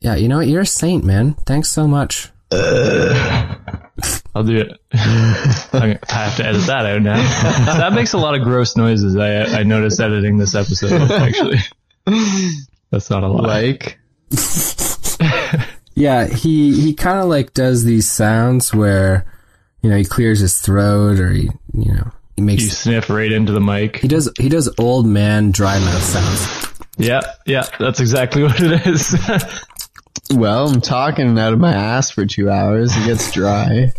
Yeah, you know what? You're a saint, man. Thanks so much. I'll do it. I have to edit that out now. that makes a lot of gross noises. I I noticed editing this episode actually. That's not a lot. Like, Yeah, he he kind of like does these sounds where, you know, he clears his throat or he, you know, he makes You sniff right into the mic. he does he does old man dry mouth sounds. Yeah, yeah, that's exactly what it is. well, I'm talking out of my ass for two hours. It gets dry.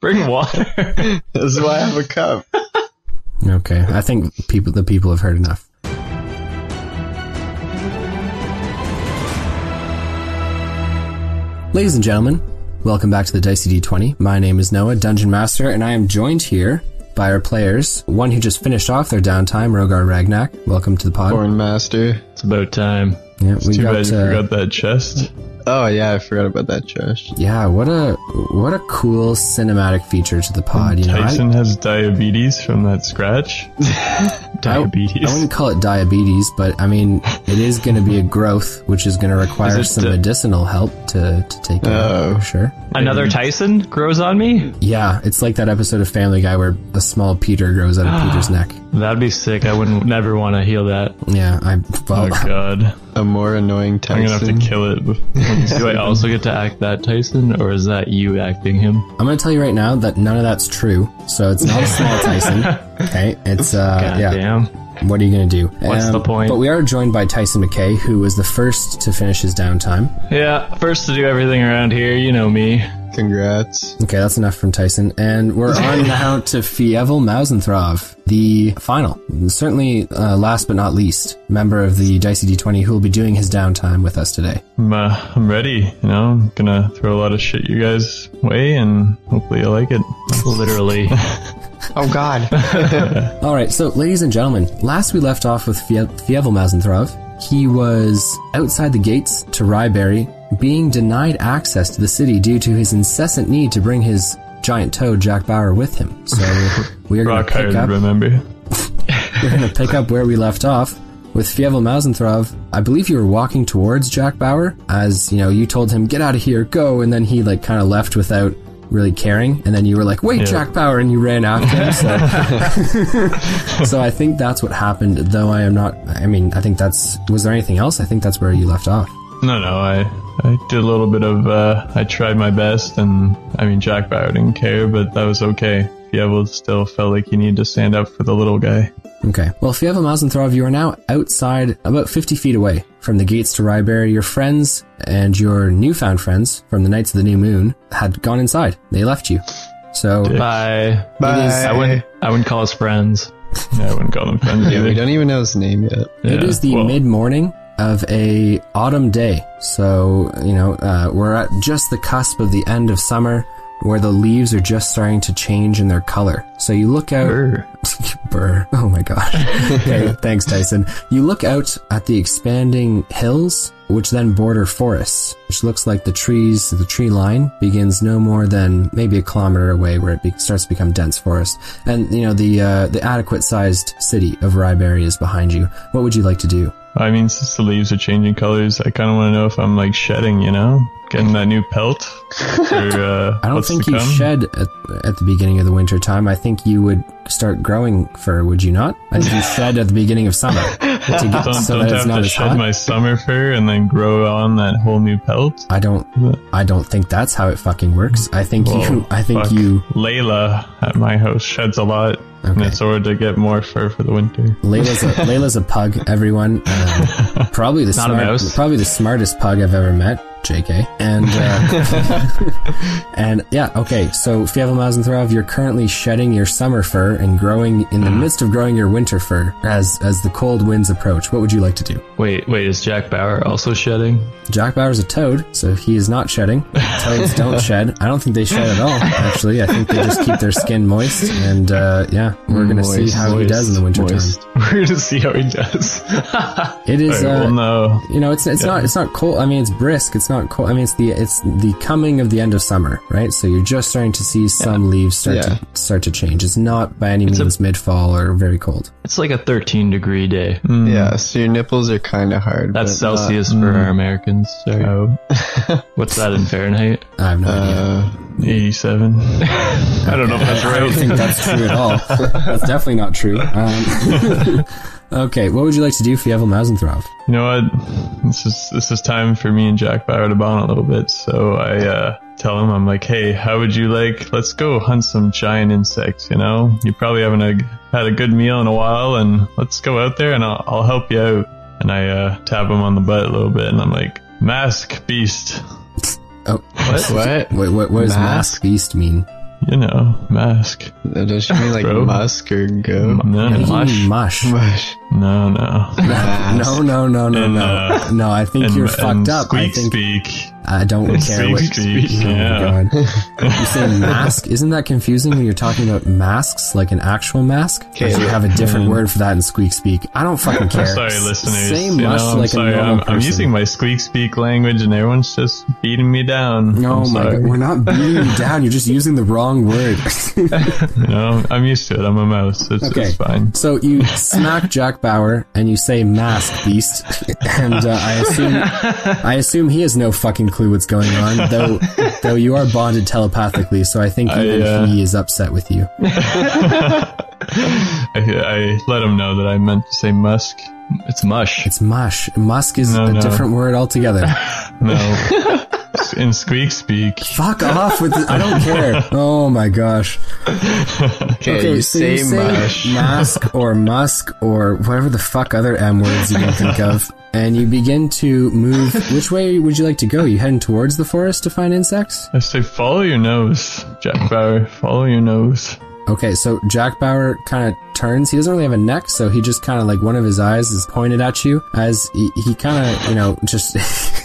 Bring water. That's why I have a cup. Okay, I think people the people have heard enough. Ladies and gentlemen, welcome back to the Dicey D20. My name is Noah, Dungeon Master, and I am joined here by our players. One who just finished off their downtime, Rogar Ragnak. Welcome to the pod. Born master. It's about time. yeah, we Too got, bad you uh, forgot that chest. Oh yeah, I forgot about that trash. Yeah, what a what a cool cinematic feature to the pod. You know, I, Tyson has diabetes from that scratch. I diabetes. wouldn't call it diabetes, but I mean, it is going to be a growth, which is going to require it Oh. some di- medicinal help to to take care of. for Sure. Another Tyson grows on me? Yeah, it's like that episode of Family Guy where a small Peter grows out of Peter's neck. That'd be sick. I wouldn't never want to heal that. Yeah, I Oh well, god. A more annoying I'm gonna have Tyson. to kill it. Do I also get to act that Tyson, or is that you acting him? I'm going to tell you right now that none of that's true. So it's not a small Tyson. Okay, it's uh, God yeah. damn. What are you going to do? Um, What's the point? But we are joined by Tyson McKay, who was the first to finish his downtime. Yeah, first to do everything around here, you know me. Congrats. Okay, that's enough from Tyson. And we're on now to Fievel Mausenthrov, the final, certainly uh, last but not least, member of the Dicey D20 who will be doing his downtime with us today. I'm, uh, I'm ready, you know? I'm gonna throw a lot of shit you guys way, and hopefully you like it. Literally. Oh God. All right, so ladies and gentlemen, last we left off with Fie- Fievel Mausenthrov. He was outside the gates to Ryberry, being denied access to the city due to his incessant need to bring his giant toad Jack Bauer with him. So we are going Rock to pick hard, up. remember? We're going to pick up where we left off with Fievel Mausenthrov. I believe you were walking towards Jack Bauer as, you know, you told him, get out of here, go. And then he, like, kind of left without really caring. And then you were like, wait, Jack Bauer. And you ran after him. So. so I think that's what happened, though I am not, I mean, I think that's, was there anything else? I think that's where you left off. No, no, I I did a little bit of uh, I tried my best, and I mean Jack Bauer didn't care, but that was okay. Fievel still felt like he needed to stand up for the little guy. Okay. Well, Fievel Mausenthrov, you are now outside, about 50 feet away from the gates to Ryberry. Your friends and your newfound friends from the Knights of the New Moon had gone inside. They left you. So, Bye. Bye. I wouldn't I wouldn't call us friends. Yeah, I wouldn't call them friends Yeah, we either. don't even know his name yet. it Yeah, is the well, mid-morning of a autumn day. So, you know, uh, we're at just the cusp of the end of summer where the leaves are just starting to change in their color. So you look out Brr. Burr. Oh my gosh. okay, thanks, Tyson. You look out at the expanding hills, which then border forests, which looks like the trees, the tree line begins no more than maybe a kilometer away where it be- starts to become dense forest. And, you know, the, uh, the adequate sized city of Ryberry is behind you. What would you like to do? I mean, since the leaves are changing colors, I kind of want to know if I'm like shedding, you know, getting that new pelt. For, uh, I don't what's think to you come. shed at, at the beginning of the winter time. I think you would start growing fur, would you not? I think you shed at the beginning of summer to get Don't, so don't that it's have not to as shed hot. my summer fur and then grow on that whole new pelt. I don't I don't think that's how it fucking works. I think you Whoa, I think fuck. you Layla at my house sheds a lot, and Okay. it's ordered to get more fur for the winter. Layla's a, Layla's a pug, everyone. Um, probably the Not a smart, mouse. probably the smartest pug I've ever met, JK. And uh, and yeah, okay. So Fievel Mausenthrov, you're currently shedding your summer fur and growing in Mm-hmm. the midst of growing your winter fur as as the cold winds approach. What would you like to do? Wait, wait, is Jack Bauer also shedding? Jack Bauer's a toad, so he is not shedding. Toads don't shed. I don't think they shed at all, actually. I think they just keep their skin moist, and uh, yeah, we're going to see Moist, how he does in the wintertime. Moist. We're gonna see how he does. It is, Alright, uh, well, no. you know, it's it's not it's not cold. I mean, it's brisk. It's not cold. I mean, it's the it's the coming of the end of summer, right? So you're just starting to see some leaves start Yeah. to start to change. It's not by any a- means mid fall or very cold. It's like a 13 degree day. Mm. Yeah, so your nipples are kind of hard. That's Hmm. but uh, not- Celsius for our Americans. Sorry. Oh, What's that in Fahrenheit? I have no idea. Uh, 87. I don't know if that's I don't right. think that's true at all. that's definitely not true. Um, okay, what would you like to do, Fievel Mazenthroff? You know what? This is this is time for me and Jack Bauer to bond a little bit. So I uh, tell him, I'm like, hey, how would you like? Let's go hunt some giant insects. You know, you probably haven't uh, had a good meal in a while, and let's go out there, and I'll, I'll help you out. And I uh, tap him on the butt a little bit, and I'm like, mask beast. Oh, what? wait, what, what does mask Mask? beast mean? You know, mask. Does she mean like Bro. musk or go? No, What do you no, mean mush? Mush. no, no. Mask. No, no, no, no, And, no, uh, no. I think And- you're and fucked up. I Squeak think speak. I don't care Squeak what speak. Oh my Yeah. God. You're saying mask? Isn't that confusing when you're talking about masks, like an actual mask? Or Okay. do you have a different word for that in squeak speak? I don't fucking care. I'm Mm. sorry, S- listeners. Say You mush know, I'm like sorry. a normal I'm, person. I'm using my squeak speak language, and everyone's just beating me down. No, I'm Oh my sorry. God, we're not beating you down. You're just using the wrong word. You know, I'm used to it. I'm a mouse. It's, Okay. it's fine. so you smack Jack Bauer and you say "mask beast," and uh, I assume I assume he has no fucking clue what's going on. Though, though you are bonded telepathically, so I think even uh, he is upset with you. I, I let him know that I meant to say musk. It's mush. It's mush. Musk is No, a no. different word altogether. No. In squeak speak, Fuck off with this. I don't care. Oh my gosh. Okay, you say mush. mask or musk or whatever the fuck other M words you can think of, and you begin to move. Which way would you like to go? You heading towards the forest to find insects? I say follow your nose, Jack Bauer. Follow your nose. Okay, so Jack Bauer kind of turns. He doesn't really have a neck, so he just kind of like one of his eyes is pointed at you as he, he kind of, you know, just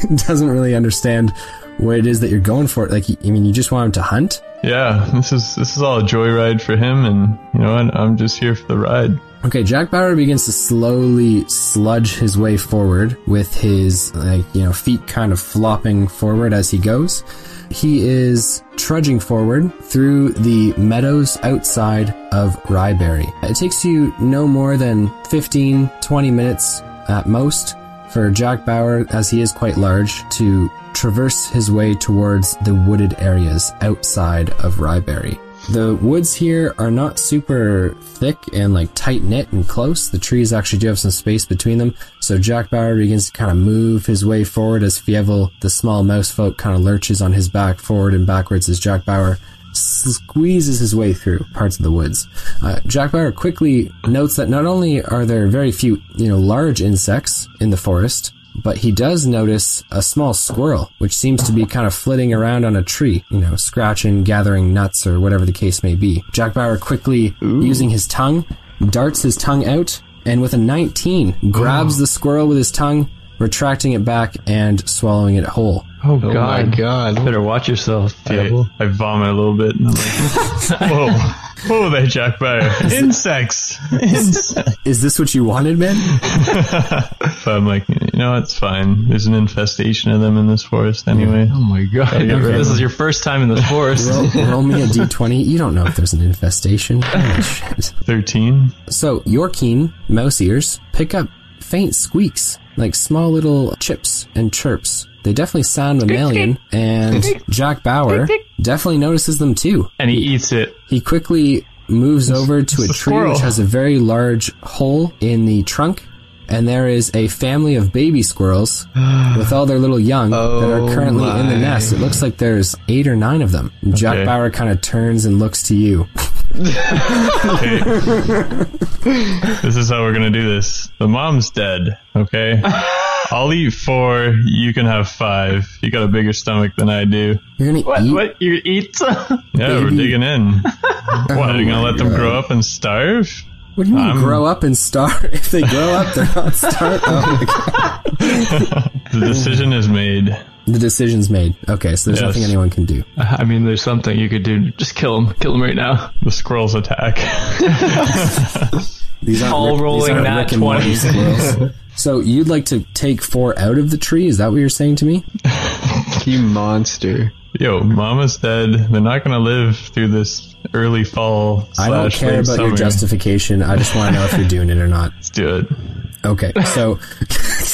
doesn't really understand what it is that you're going for. Like, he- I mean, you just want him to hunt? Yeah, this is this is all a joyride for him, and you know what? I'm just here for the ride. Okay, Jack Bauer begins to slowly sludge his way forward with his, like, you know, feet kind of flopping forward as he goes. He is trudging forward through the meadows outside of Ryeberry. It takes you no more than 15, 20 minutes at most for Jack Bauer, as he is quite large, to traverse his way towards the wooded areas outside of Ryeberry. The woods here are not super thick and like tight knit and close. The trees actually do have some space between them, so Jack Bauer begins to kind of move his way forward as Fievel, the small mouse folk, kind of lurches on his back forward and backwards as Jack Bauer squeezes his way through parts of the woods. Uh, Jack Bauer quickly notes that not only are there very few, you know, large insects in the forest, but he does notice a small squirrel, which seems to be kind of flitting around on a tree, you know, scratching, gathering nuts, or whatever the case may be. Jack Bauer quickly, using his tongue, darts his tongue out, and with a 19, grabs the squirrel with his tongue, retracting it back and swallowing it whole. Oh, Oh my god. Better watch yourself, I, Fievel. I vomit a little bit. And I'm like, whoa, whoa there, Jack Bauer. Insects. Is this what you wanted, man? But I'm like, you know, it's fine. There's an infestation of them in this forest anyway. Oh my god. This is your first time in this forest. roll, roll me a d20. You don't know if there's an infestation. Holy shit. 13. So, your keen mouse ears pick up faint squeaks, like small little chips and chirps. They definitely sound mammalian, and Jack Bauer definitely notices them too. And he eats it. He quickly moves over to a it's a tree squirrel. which has a very large hole in the trunk, and there is a family of baby squirrels with all their little young that Oh are currently in the my. nest. It looks like there's eight or nine of them. Jack Okay. Bauer kind of turns and looks to you. Okay. this is how we're going to do this. The mom's dead, okay? I'll eat four. You can have five. You got a bigger stomach than I do. You're gonna eat. What? You eat? Yeah, we're Baby. digging in. What, are you Oh my going to let them God. grow up and starve? What do you mean I'm- grow up and starve? If they grow up, they're not starved. Oh, my God. The decision is made. The decision's made. Okay, so there's Yes. nothing anyone can do. I mean, there's something you could do. Just kill him. Kill him right now. The squirrels attack. These aren't All Rick- these rolling aren't nat Rick and Morty 20s. squirrels. so you'd like to take four out of the tree? Is that what you're saying to me? You monster. Yo, mama's dead. They're not gonna live through this early fall. I don't slash care late about summer. your justification. I just want to know if you're doing it or not. Let's do it. Okay, so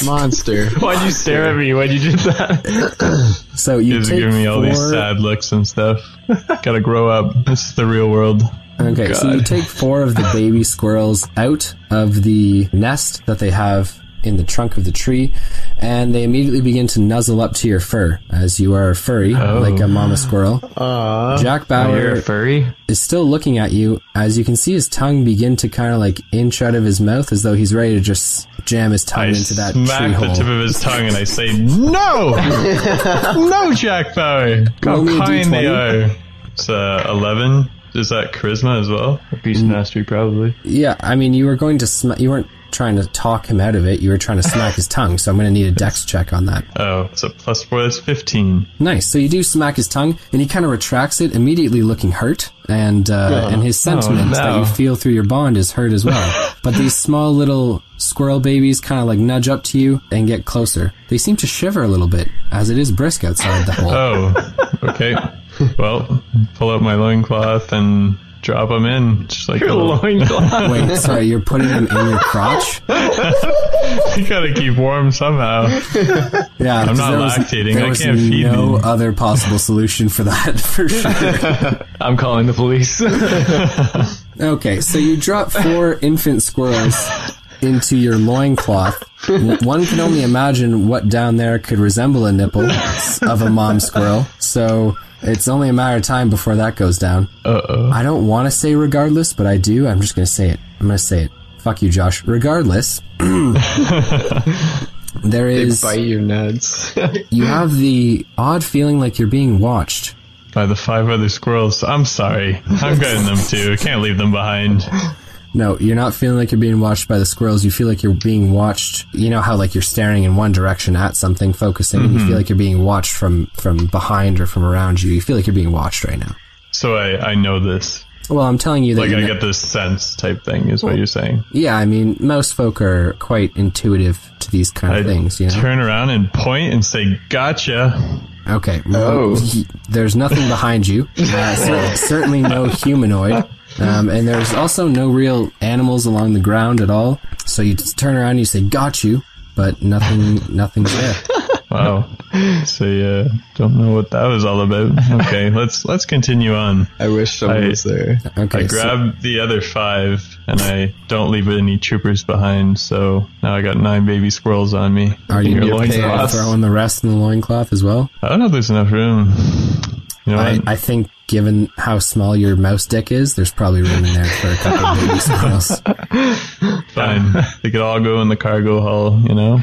Monster. Why'd you stare at me when you did that? so you Kids are take giving me all four, these sad looks and stuff. Gotta grow up. This is the real world. Okay, so you God. take four of the baby squirrels out of the nest that they have in the trunk of the tree, and they immediately begin to nuzzle up to your fur, as you are furry, like a Oh. mama squirrel. Aw. Jack You're Bauer a furry. is still looking at you, as you can see his tongue begin to kind of like inch out of his mouth, as though he's ready to just jam his tongue I into that smack tree the hole. tip of his tongue and I say, "No, no, Jack Bauer. How Roll me a kind they D20. are." It's uh, eleven. Is that charisma as well? Beast mastery, probably. yeah, I mean, you were going to sma- you weren't trying to talk him out of it. You were trying to smack his tongue. So I'm going to need a dex check on that. Oh, it's a plus four. That's fifteen. Nice. So you do smack his tongue, and he kind of retracts it, immediately looking hurt, and Oh. uh, and his sentiment that no. you feel through your bond is hurt as well. but these small little squirrel babies kind of like nudge up to you and get closer. They seem to shiver a little bit, as it is brisk outside the hole. Oh, okay. Well, pull up my loincloth and drop them in. Just like a little- Loincloth. Oh. Wait, sorry, you're putting them in your crotch? you gotta keep warm somehow. Yeah, I'm not lactating. There I was can't feed no you. other possible solution for that, for sure. I'm calling the police. Okay, so you drop four infant squirrels into your loincloth. W- One can only imagine what down there could resemble a nipple s- of a mom squirrel. So it's only a matter of time before that goes down. Uh oh. I don't want to say regardless, but I do. I'm just going to say it. I'm going to say it. Fuck you, Josh. Regardless, there is. Bite your nuts. You have the odd feeling like you're being watched. By the five other squirrels. I'm sorry. I'm getting them too. Can't leave them behind. No, you're not feeling like you're being watched by the squirrels. You feel like you're being watched. You know how like you're staring in one direction at something, focusing, and Mm-hmm. you feel like you're being watched from from behind or from around you. You feel like you're being watched right now. So I, I know this. Well, I'm telling you that. Like you I know- get this sense type thing is what you're saying. yeah, I mean, most folk are quite intuitive to these kind I of things. You know. turn around and point and say, "Gotcha." okay. well, he- there's nothing behind you. Uh, cer- certainly no humanoid. Um, and there's also no real animals along the ground at all. So you just turn around and you say, "Got you," but nothing, nothing's there. Wow. So yeah, don't know what that was all about. Okay, let's let's continue on. I wish someone I- was there. Okay. I so- grab the other five and I don't leave any troopers behind, so now I got nine baby squirrels on me. Are you Your gonna loins pay- are off. throwing the rest in the loincloth as well? I don't know if there's enough room. You know I, what? I think, given how small your mouse dick is, there's probably room in there for a couple of baby squirrels. Fine. they could all go in the cargo hull, you know?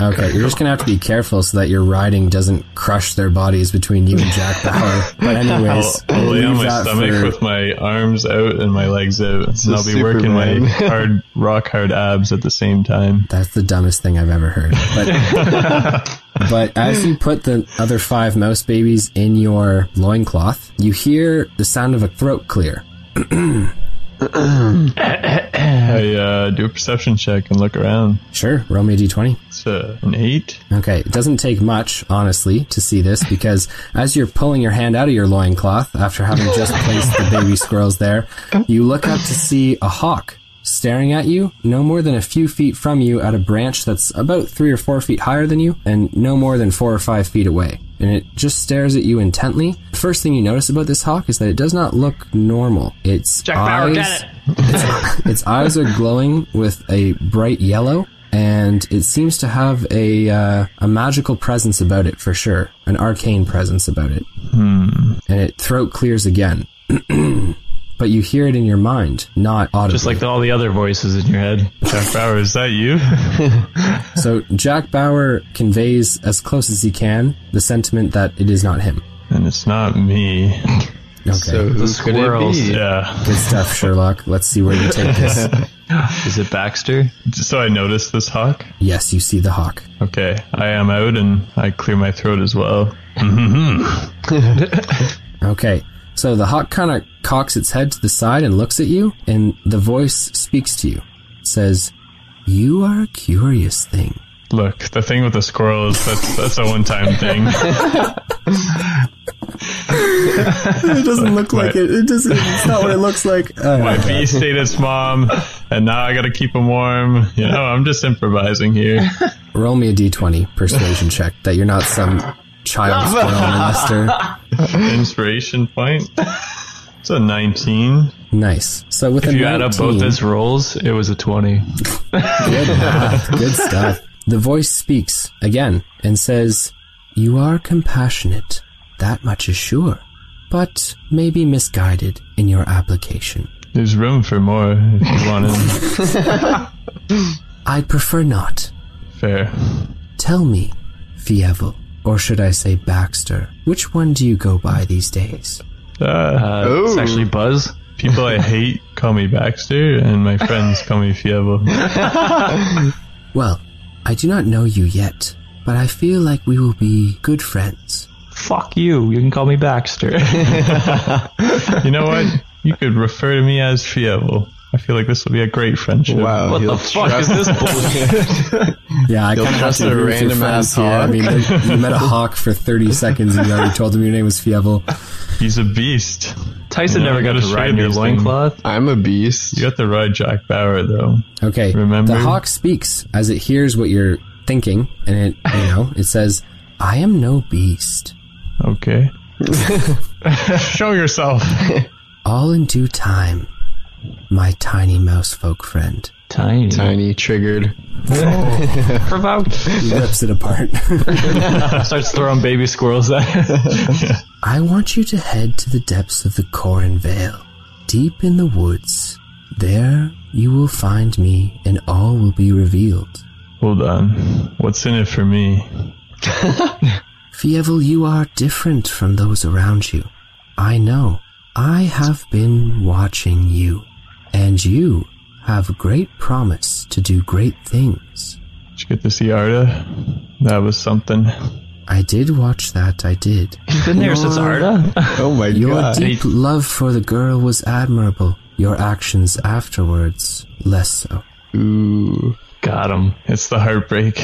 Okay, you're just gonna have to be careful so that your riding doesn't crush their bodies between you and Jack Bauer. But I'll, anyways, I'll we'll lay leave on my that stomach for- with my arms out and my legs out, and I'll is be working my Superman. hard, rock hard abs at the same time. That's the dumbest thing I've ever heard. But but as you put the other five mouse babies in your loincloth, you hear the sound of a throat clear. I uh, do a perception check and look around. Sure, roll me a d20. It's uh, an eight. Okay, it doesn't take much, honestly, to see this because as you're pulling your hand out of your loincloth after having just placed the baby squirrels there, you look up to see a hawk staring at you no more than a few feet from you at a branch that's about three or four feet higher than you and no more than four or five feet away. And it just stares at you intently. First thing you notice about this hawk is that it does not look normal. Its Jack Bauer, eyes, get it. its eyes are glowing with a bright yellow, and it seems to have a uh, a magical presence about it for sure, an arcane presence about it. Hmm. And it throat clears again, but you hear it in your mind, not audibly. Just like all the other voices in your head. Jack Bauer, is that you? so, Jack Bauer conveys as close as he can the sentiment that it is not him. And it's not me. Okay, So who could it squirrels. be? Yeah. good stuff, Sherlock. Let's see where you take this. Is it Baxter? So I noticed this hawk. yes, you see the hawk. Okay, I am out and I clear my throat as well. Okay. So the hawk kind of cocks its head to the side and looks at you, and the voice speaks to you. It says, You are a curious thing. Look, the thing with the squirrel is that's that's a one-time thing. It doesn't look like it. It doesn't. It's not what it looks like. Oh, My okay. bee stayed its mom, and now I got to keep them warm. You know, I'm just improvising here. Roll me a d20 persuasion check that you're not some child squirrel molester. Inspiration point. It's a 19. Nice. So with a If you add up both 19 his rolls, it was a 20. Good math. Good stuff. The voice speaks again and says, You are compassionate, that much is sure, but maybe misguided in your application. There's room for more if you want it. I'd prefer not. Fair. Tell me, Fievel, or should I say Baxter, which one do you go by these days? Uh, Uh, it's Ooh. actually Buzz. people I hate call me Baxter, and my friends call me Fievel. Well, I do not know you yet, but I feel like we will be good friends. Fuck you. You can call me Baxter. You know what? You could refer to me as Fievel. I feel like this will be a great friendship. Wow. what he'll the fuck trust- is this bullshit? Yeah, I You'll kind of have trust to a agree with your random friends ass here. I hawk? mean, you met a hawk for 30 seconds and you already told him your name was Fievel. He's a beast. Tyson Yeah, never I got gotta to share ride in your these things. loincloth. I'm a beast. You got to ride Jack Bauer, though. Okay. Remember? The hawk speaks as it hears what you're thinking, and it, you know, it says, I am no beast. Okay. Show yourself. All in due time, my tiny mouse folk friend. Tiny. Tiny triggered. Provoked. He rips it apart. Starts throwing baby squirrels at I want you to head to the depths of the Corin Vale. Deep in the woods, there you will find me and all will be revealed. Hold on. What's in it for me? Fievel, you are different from those around you. I know. I have been watching you, and you have great promise to do great things. Did you get to see Arda? That was something. I did watch that, I did. You've been there since Arda? Oh my Your god. deep love for the girl was admirable. Your actions afterwards, less so. Ooh. Got him. It's the heartbreak.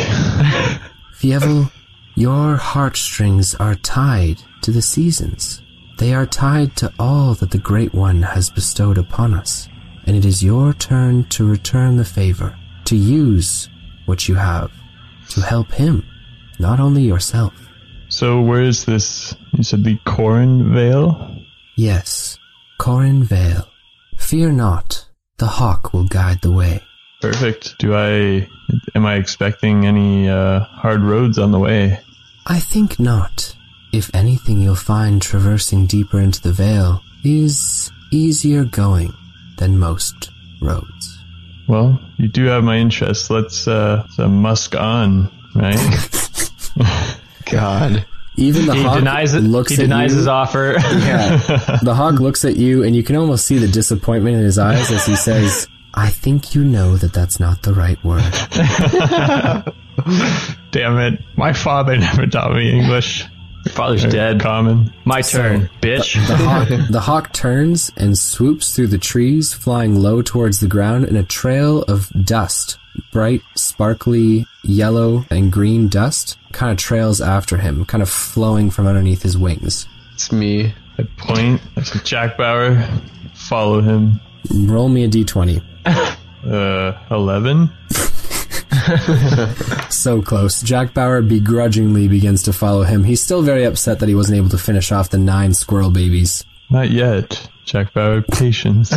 Fievel, your heartstrings are tied to the seasons. They are tied to all that the Great One has bestowed upon us, and it is your turn to return the favor, to use what you have, to help him, not only yourself. So where is this? You said the Corin Vale? Yes, Corin Vale. Fear not, the hawk will guide the way. Perfect. Do I? Am I expecting any uh, hard roads on the way? I think not. If anything, you'll find traversing deeper into the vale is easier going than most roads. Well, you do have my interest. Let's uh, so musk on, right? God. Even the He hawk denies it. looks He at denies you. his offer. Yeah. the hawk looks at you, and you can almost see the disappointment in his eyes as he says, "I think you know that that's not the right word." Damn it! My father never taught me English. Your father's dead. Common. My turn, bitch. The hawk, the hawk turns and swoops through the trees, flying low towards the ground in a trail of dust. Bright, sparkly, yellow, and green dust kind of trails after him, kind of flowing from underneath his wings. It's me. I point. I say, Jack Bauer. Follow him. Roll me a d20. Uh, eleven. So close. Jack Bauer begrudgingly begins to follow him. He's still very upset that he wasn't able to finish off the nine squirrel babies. Not yet. Jack Bauer. Patience.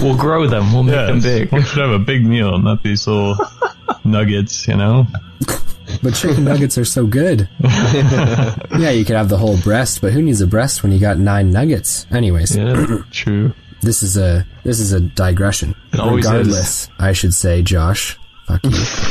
We'll grow them. We'll make them Yes. big. We should have a big meal, not these little nuggets. You know. But chicken nuggets are so good. yeah, you could have the whole breast, but who needs a breast when you got nine nuggets? Anyways. Yeah. True. This is a this is a digression. It always Regardless, I should say, Josh. Fuck you.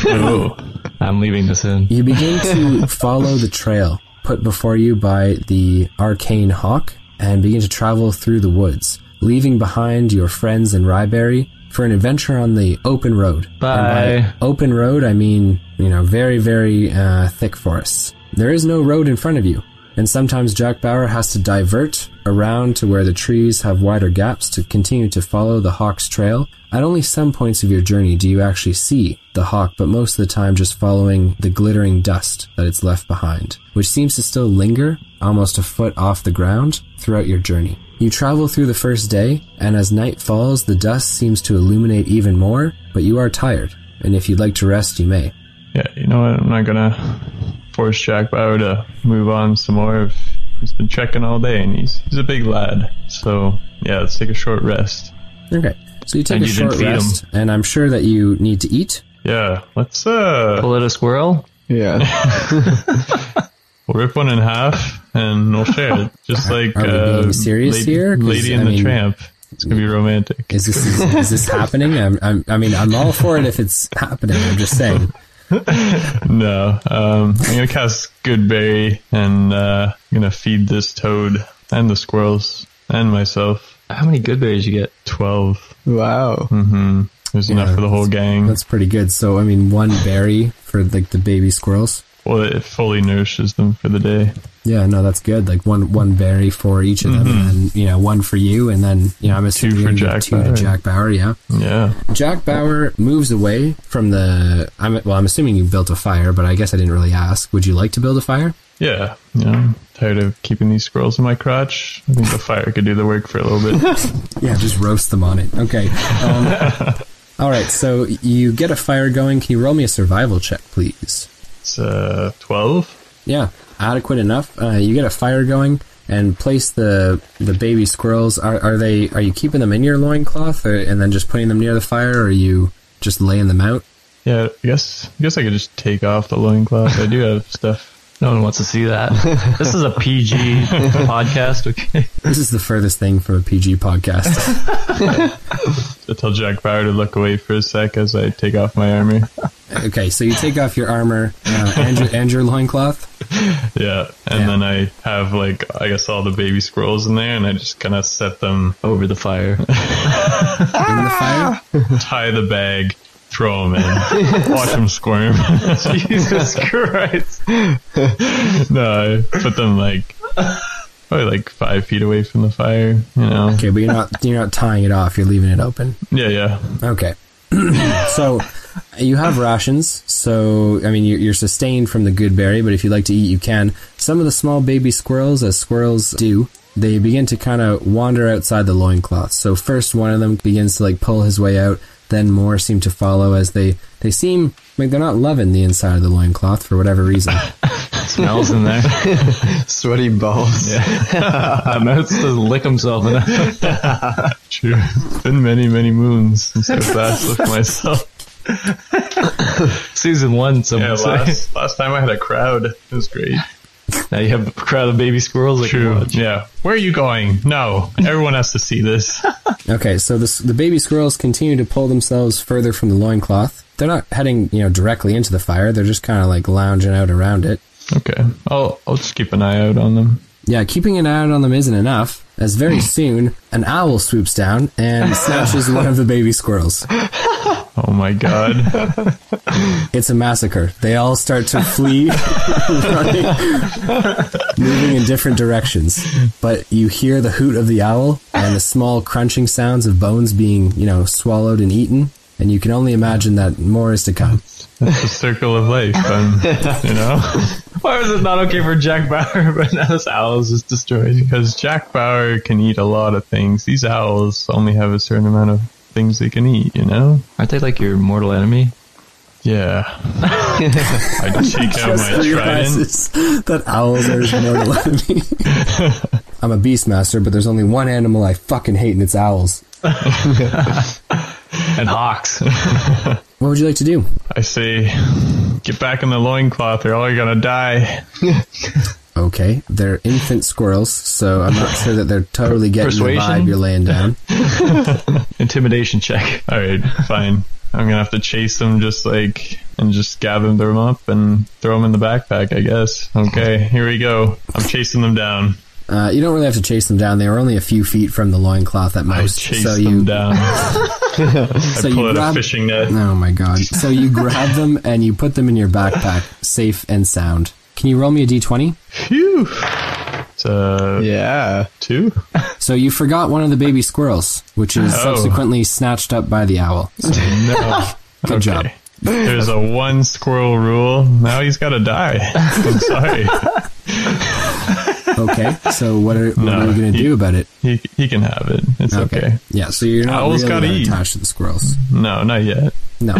Oh, I'm leaving this in. You begin to follow the trail put before you by the arcane hawk and begin to travel through the woods, leaving behind your friends in Ryberry for an adventure on the open road. And by Bye. open road, I mean, you know, very, very uh, thick forests. There is no road in front of you. and sometimes Jack Bauer has to divert around to where the trees have wider gaps to continue to follow the hawk's trail. At only some points of your journey do you actually see the hawk, but most of the time just following the glittering dust that it's left behind, which seems to still linger almost a foot off the ground throughout your journey. You travel through the first day, and as night falls, the dust seems to illuminate even more, but you are tired, and if you'd like to rest, you may. Yeah, you know what? I'm not gonna force Jack Bauer to move on some more. If he's been checking all day, and he's he's a big lad. So yeah, let's take a short rest. Okay. So you take And a you didn't short feed 'em. rest, and I'm sure that you need to eat. Yeah, let's uh, Pull it a squirrel. Yeah. we'll rip one in half and we'll share it. Just like Are we uh, being serious Lady, here? 'Cause, Lady I and the mean- Tramp. It's gonna be romantic. Is this is, this happening? I'm, I'm, I mean, I'm all for it if it's happening. I'm just saying. No, um, I'm gonna cast Goodberry and uh, I'm gonna feed this toad and the squirrels and myself. How many good berries you get? 12 wow. Mm-hmm. There's enough for the whole gang. That's pretty good. So I mean, one berry for like the baby squirrels. Well, it fully nourishes them for the day. Yeah, no, that's good. Like one one berry for each of them, and then you know one for you, and then you know I'm assuming for you're gonna give Jack two Bauer. to Jack Bauer. Yeah, Yeah. Jack Bauer moves away from the. I'm well. I'm assuming you built a fire, but I guess I didn't really ask. Would you like to build a fire? Yeah. You know, I'm tired of keeping these squirrels in my crotch. I think the fire could do the work for a little bit. Yeah, just roast them on it. Okay. Um, all right. So you get a fire going. Can you roll me a survival check, please? It's uh, 12. Yeah, adequate enough. Uh, you get a fire going and place the the baby squirrels. Are, are they? Are you keeping them in your loincloth or, and then just putting them near the fire, or are you just laying them out? Yeah, I guess I guess I could just take off the loincloth. I do have stuff. No one wants to see that. this is a PG podcast. Okay. This is the furthest thing from a PG podcast. I tell Jack Bauer to look away for a sec as I take off my armor. okay, so you take off your armor uh, and your and your loincloth. Yeah. And Yeah. then I have, like, I guess all the baby squirrels in there, and I just kind of set them Over the fire. In the fire. tie the bag, throw him in, watch him squirm. Jesus Christ! no, I put them like probably like five feet away from the fire. You know? Okay, but you're not you're not tying it off. You're leaving it open. Yeah, yeah. Okay. so you have rations. So I mean, you're, you're sustained from the good berry, but if you'd like to eat, you can. Some of the small baby squirrels, as squirrels do, they begin to kind of wander outside the loincloth. So first, one of them begins to like pull his way out. Then more seem to follow as they they seem like they're not loving the inside of the loincloth for whatever reason. Smells in there. Sweaty balls. Mouse doesn't lick himself enough. True. It's been many, many moons since I've last looked myself. Season one, someone Yeah, say. last last time I had a crowd. It was great. Now you have a crowd of baby squirrels. Like True. Yeah. Where are you going? No. Everyone has to see this. Okay, so this, the baby squirrels continue to pull themselves further from the loincloth. They're not heading, you know, directly into the fire. They're just kind of like lounging out around it. Okay. I'll I'll just keep an eye out on them. Yeah, keeping an eye out on them isn't enough, as very soon an owl swoops down and snatches one of the baby squirrels. Oh my god. It's a massacre. They all start to flee, running, moving in different directions. But you hear the hoot of the owl and the small crunching sounds of bones being, you know, swallowed and eaten, and you can only imagine that more is to come. the circle of life. Um, you know, Why was it not okay for Jack Bauer, but now this owl is just destroyed? because Jack Bauer can eat a lot of things. These owls only have a certain amount of things they can eat. You know. Aren't they like your mortal enemy? Yeah. I take out Just my trident. realizes that owls are his mortal enemy. I'm a beastmaster, but there's only one animal I fucking hate, and it's owls. And hawks. What would you like to do? I say, get back in the loincloth or all you're gonna die. Okay, they're infant squirrels, so I'm not sure that they're totally getting Persuasion? the vibe you're laying down. Intimidation check. All right, fine. I'm gonna have to chase them just like and just gather them up and throw them in the backpack. I guess. Okay, here we go. I'm chasing them down. Uh, you don't really have to chase them down. They were only a few feet from the loincloth at I most. chase so them you, down. I so pull you out grab. a fishing net. Oh my god! So you grab them and you put them in your backpack, safe and sound. Can you roll me a d20? Phew. uh, Yeah. two? So you forgot one of the baby squirrels, which is Oh. subsequently snatched up by the owl. No. Good job. There's a one squirrel rule. Now he's got to die. I'm sorry. Okay, so what are, what are No, you going to he- do about it? he, he can have it. It's okay. Yeah, so you're not Owls really gotta that eat. attached to the squirrels. No, not yet. No.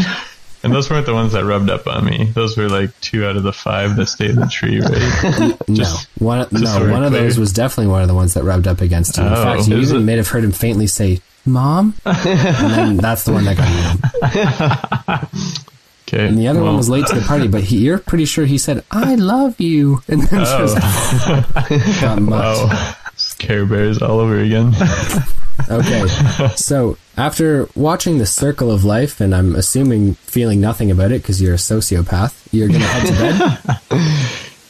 And those weren't the ones that rubbed up on me. Those were like two out of the five that stayed in the tree, right? Just- no. One, so no, we're one of clear. those was definitely one of the ones that rubbed up against him. In Oh, fact, you is even it? may have heard him faintly say, Mom? and then that's the one that got you. Okay. And the other one well, was late to the party, but he, you're pretty sure he said, I love you. And then just got mucked. Oh, it's Care Bears all over again. Okay. So after watching the circle of life, and I'm assuming feeling nothing about it because you're a sociopath, you're going to head to bed.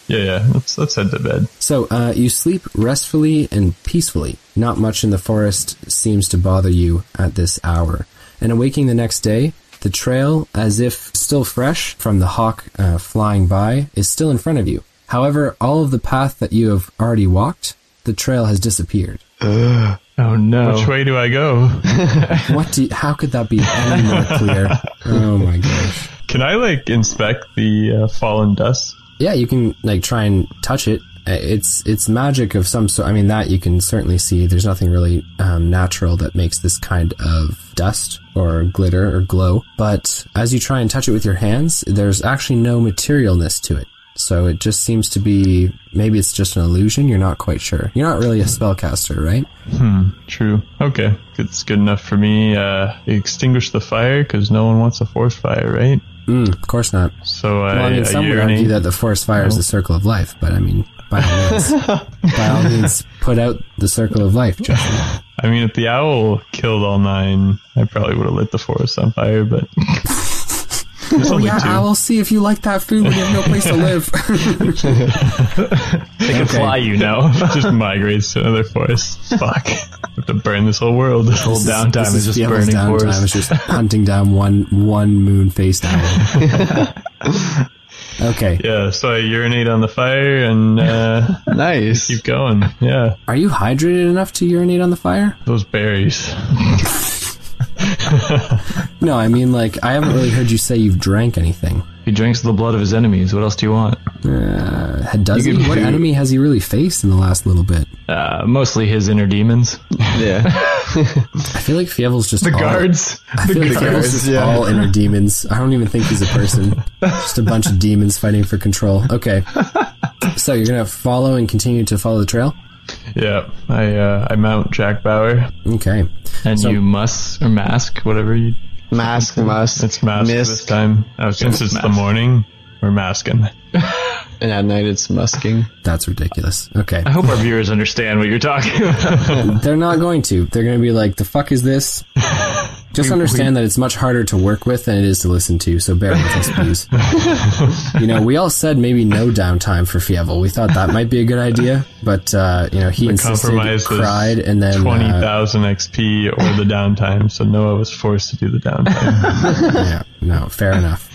Yeah, yeah. Let's let's head to bed. So uh, you sleep restfully and peacefully. Not much in the forest seems to bother you at this hour. And awaking the next day, the trail, as if still fresh from the hawk uh, flying by, is still in front of you. However, all of the path that you have already walked, the trail has disappeared. Oh no. Which way do I go? What do? You, how could that be any more clear? Oh my gosh! Can I like inspect the uh, fallen dust? Yeah, you can like try and touch it. Uh, It's it's magic of some sort. I mean, that you can certainly see. There's nothing really um, natural that makes this kind of dust or glitter or glow. But as you try and touch it with your hands, there's actually no materialness to it. So it just seems to be maybe it's just an illusion. You're not quite sure. You're not really a spellcaster, right? True. Okay, it's good enough for me. Uh, extinguish the fire because no one wants a forest fire, right? Mm, of course not. So I, Well, I mean, I some would urinate- argue that the forest fire is the circle of life, but I mean, by all means, by all means, put out the circle of life. Jeff. I mean, if the owl killed all nine, I probably would have lit the forest on fire, but. There's Oh only yeah, two. I will see if you like that food when you have no place to live. They can Okay. fly, you know. Just migrates to another forest. Fuck. have to burn this whole world. Whole downtime This is, just Fievel's burning downtime. forest. It's just hunting down one one moon faced owl. okay, Yeah, so I urinate on the fire and uh, Nice. keep going. Yeah, are you hydrated enough to urinate on the fire? those berries. No, I mean like I haven't really heard you say you've drank anything. He drinks the blood of his enemies. What else do you want? Uh, does he? could What do- enemy has he really faced in the last little bit? Uh, mostly his inner demons. Yeah. I feel like Fievel's just all- I feel like guards, Fievel's just yeah. all inner demons. I don't even think he's a person. just a bunch of demons fighting for control. Okay, so you're gonna follow and continue to follow the trail. Yeah, I uh, I mount Jack Bauer Okay. And So- you must, or mask, whatever you. Mask, must. It's mask this Misk. time. Oh, since it's the mask. morning, we're masking. And at night it's musking. That's ridiculous. Okay. I hope our viewers understand what you're talking about. They're not going to. They're going to be like, the fuck is this? Just understand that it's much harder to work with than it is to listen to, so bear with us, please. you know, we all said maybe no downtime for Fievel. We thought that might be a good idea, but, uh, you know, he insisted, Compromise was cried, and then. twenty uh, thousand XP or the downtime. So Noah was forced to do the downtime. yeah, no, fair enough.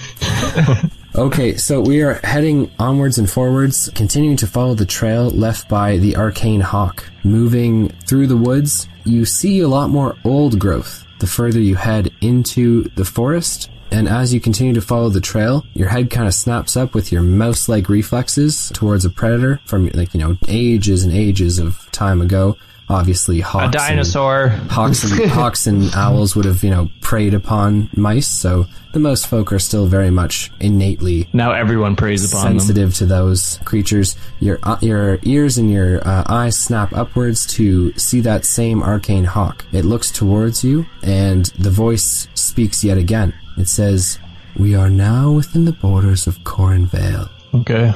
okay, so we are heading onwards and forwards, continuing to follow the trail left by the arcane hawk. Moving through the woods, you see a lot more old growth the further you head into the forest. And as you continue to follow the trail, your head kind of snaps up with your mouse-like reflexes towards a predator from like you know ages and ages of time ago. Obviously, hawks. A and- dinosaur. hawks and hawks and owls would have you know preyed upon mice so the most folk are still very much innately Now everyone preys upon them. sensitive to those creatures your uh, your ears and your uh, eyes snap upwards to see that same arcane hawk it looks towards you and the voice speaks yet again it says we are now within the borders of Corin Vale okay.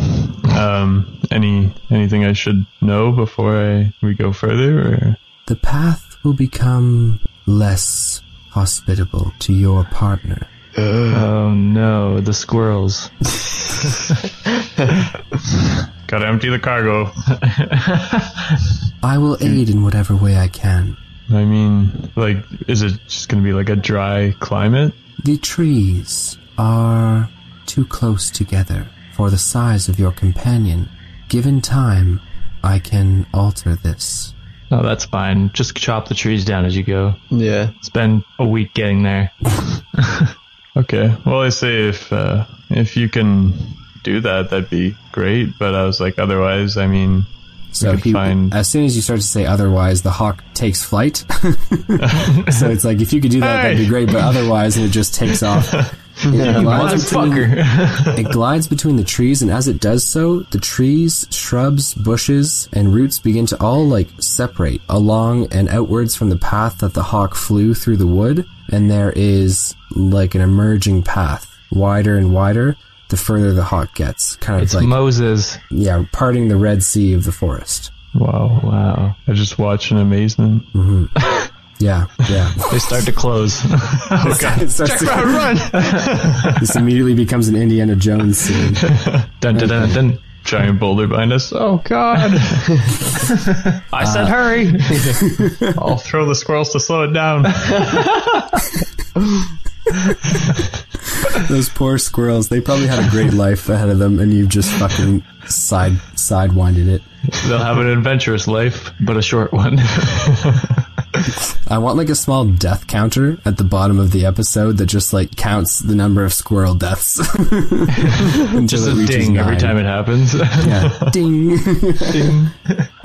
Um, any anything I should know before I we go further? Or? the path will become less hospitable to your partner Oh no, the squirrels. Gotta empty the cargo. I will aid in whatever way I can. I mean, like, is it just gonna be like a dry climate? The trees are too close together for the size of your companion. Given time, I can alter this. No, Oh, that's fine. Just chop the trees down as you go. Yeah. It's been a week getting there. Okay. Well, I say if uh, if you can do that, that'd be great. But I was like, otherwise, I mean, So can he, find- as soon as you start to say otherwise, the hawk takes flight. so it's like if you could do that, that'd be Hey! great. But otherwise, and it just takes off. It glides between- Motherfucker. It glides between the trees, and as it does so, the trees, shrubs, bushes, and roots begin to all like separate along and outwards from the path that the hawk flew through the wood, and there is like an emerging path, wider and wider the further the hawk gets, kind of It's like Moses. yeah, parting the red sea of the forest. wow, wow. I just watch in amazement. Yeah, yeah. They start to close. It starts to- this immediately becomes an Indiana Jones scene. dun, dun, dun, dun. Giant boulder behind us. Oh God! I said hurry. I'll throw the squirrels to slow it down. Those poor squirrels, they probably had a great life ahead of them and you've just fucking side sidewinded it. They'll have an adventurous life, but a short one. I want like a small death counter at the bottom of the episode that just like counts the number of squirrel deaths until Just it a reaches ding every nine. time it happens. Yeah, ding.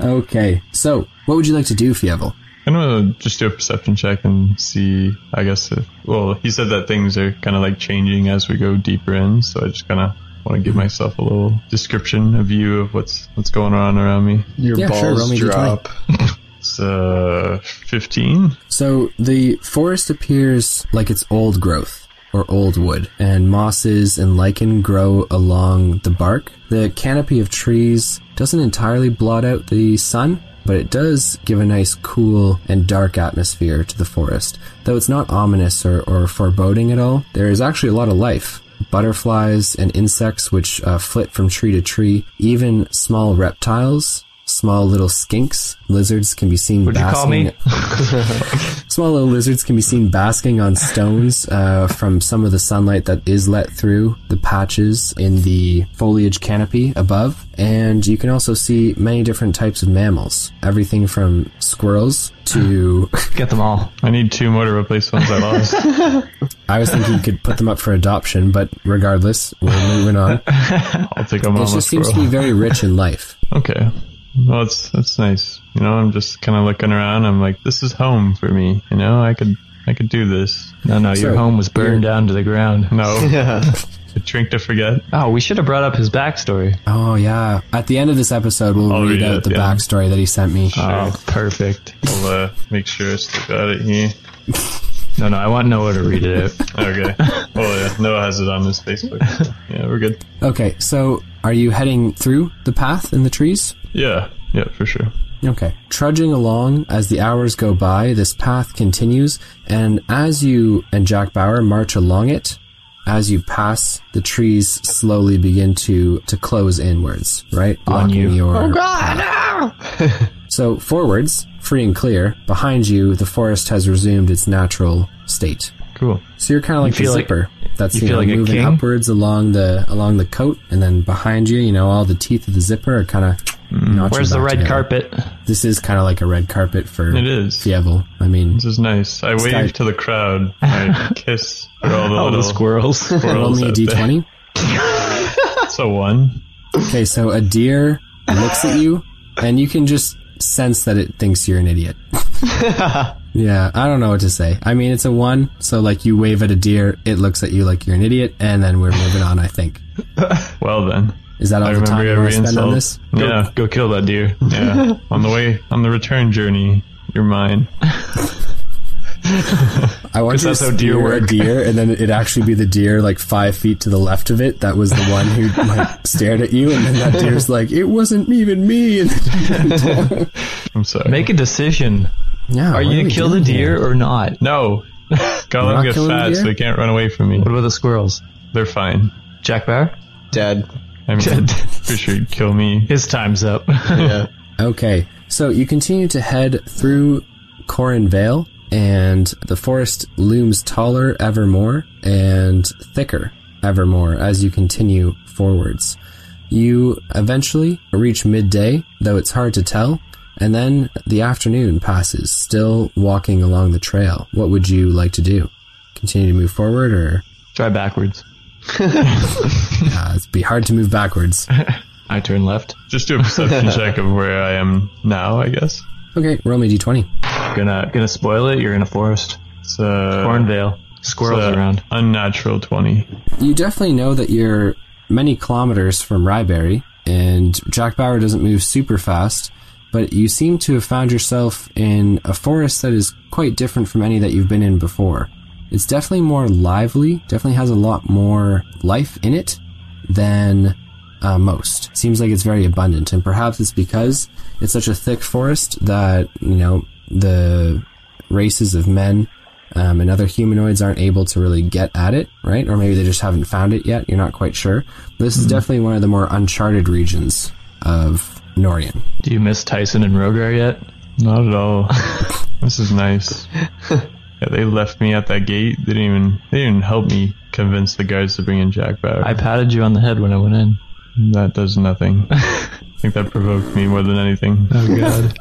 okay, so what would you like to do, Fievel? I'm gonna just do a perception check and see. I guess. If, well, he said that things are kind of like changing as we go deeper in, so I just kind of want to give myself a little description, a view of what's what's going on around me. Your Yeah, balls sure, roll me a d20. drop. It's uh, 15. So the forest appears like it's old growth or old wood, and mosses and lichen grow along the bark. The canopy of trees doesn't entirely blot out the sun, but it does give a nice cool and dark atmosphere to the forest. Though it's not ominous or, or foreboding at all, there is actually a lot of life. Butterflies and insects which uh, flit from tree to tree, even small reptiles, small little skinks, lizards can be seen Would you call basking me? Small little lizards can be seen basking on stones uh, from some of the sunlight that is let through the patches in the foliage canopy above. And you can also see many different types of mammals. Everything from squirrels to. Get them all. I need two more to replace ones I lost. I was thinking you could put them up for adoption, but regardless, we're moving on. I'll take a It mama just squirrel. seems to be very rich in life. Okay. Well, that's that's nice. You know, I'm just kind of looking around. I'm like, this is home for me. You know, I could I could do this. No, no, your So, home was burned down to the ground. No, Yeah. a drink to forget. Oh, we should have brought up his backstory. Oh, yeah. At the end of this episode, we'll I'll read read out it, the Oh, yeah. Uh. backstory that he sent me. Oh, perfect. I'll uh, make sure I still got it here. No, no, I want Noah to read it. Okay. Well, yeah, Noah has it on his Facebook. Yeah, we're good. Okay, so are you heading through the path in the trees? Yeah, yeah, for sure. Okay. Trudging along as the hours go by, this path continues, and as you and Jack Bauer march along it, as you pass, the trees slowly begin to to close inwards, right? Blocking you. Your oh God! so forwards, free and clear. Behind you, the forest has resumed its natural state. Cool. So you're kind of like the feel like- zipper that's you you feel know, like a moving king? upwards along the along the coat, and then behind you, you know, all the teeth of the zipper are kind of. Mm, Where's the red carpet? This is kind of like a red carpet for It is. Fievel. I mean, This is nice. I Sky- wave to the crowd. I kiss for all the Oh, All little the squirrels. roll squirrels me a out there. d20. It's a one. Okay, so a deer looks at you, and you can just sense that it thinks you're an idiot. yeah, I don't know what to say. I mean, it's a one, so like you wave at a deer, it looks at you like you're an idiot, and then we're moving on. I think Well then. is that all I the time remember you want every to spend insult. on this? Yeah, Go kill that deer. yeah. on the way, on the return journey, you're mine. I want you to that's how deer steer a work. deer, and then it'd actually be the deer like five feet to the left of it that was the one who like stared at you, and then that deer's like, "It wasn't even me." And I'm sorry. Make a decision. yeah, Are what you gonna we kill the doing here? deer or not? no. Gotta not let them get killing the fat so deer? they can't run away from me. What about the squirrels? They're fine. Jack Bauer? Dead. I mean, for sure, you'd kill me. His time's up. Yeah. Okay, so you continue to head through Corin Vale, and the forest looms taller evermore and thicker evermore as you continue forwards. You eventually reach midday, though it's hard to tell, and then the afternoon passes, still walking along the trail. What would you like to do? Continue to move forward or Try backwards. uh, it'd be hard to move backwards? I turn left. Just do a perception check of where I am now, I guess. Okay, roll me d20. Gonna gonna spoil it. You're in a forest. It's uh, Cornvale. it's, Squirrels uh, around. Unnatural 20. You definitely know that you're many kilometers from Ryberry, and Jack Bauer doesn't move super fast, but you seem to have found yourself in a forest that is quite different from any that you've been in before. It's definitely more lively, definitely has a lot more life in it than uh, most. Seems like it's very abundant, and perhaps it's because it's such a thick forest that, you know, the races of men um, and other humanoids aren't able to really get at it, right? Or maybe they just haven't found it yet. You're not quite sure. This is definitely one of the more uncharted regions of Norian. Do you miss Tyson and Rogar yet? Not at all. this is nice. Yeah, they left me at that gate. They didn't even they didn't even help me convince the guards to bring in Jack Bauer. I patted you on the head when I went in. that does nothing. I think that provoked me more than anything. Oh god.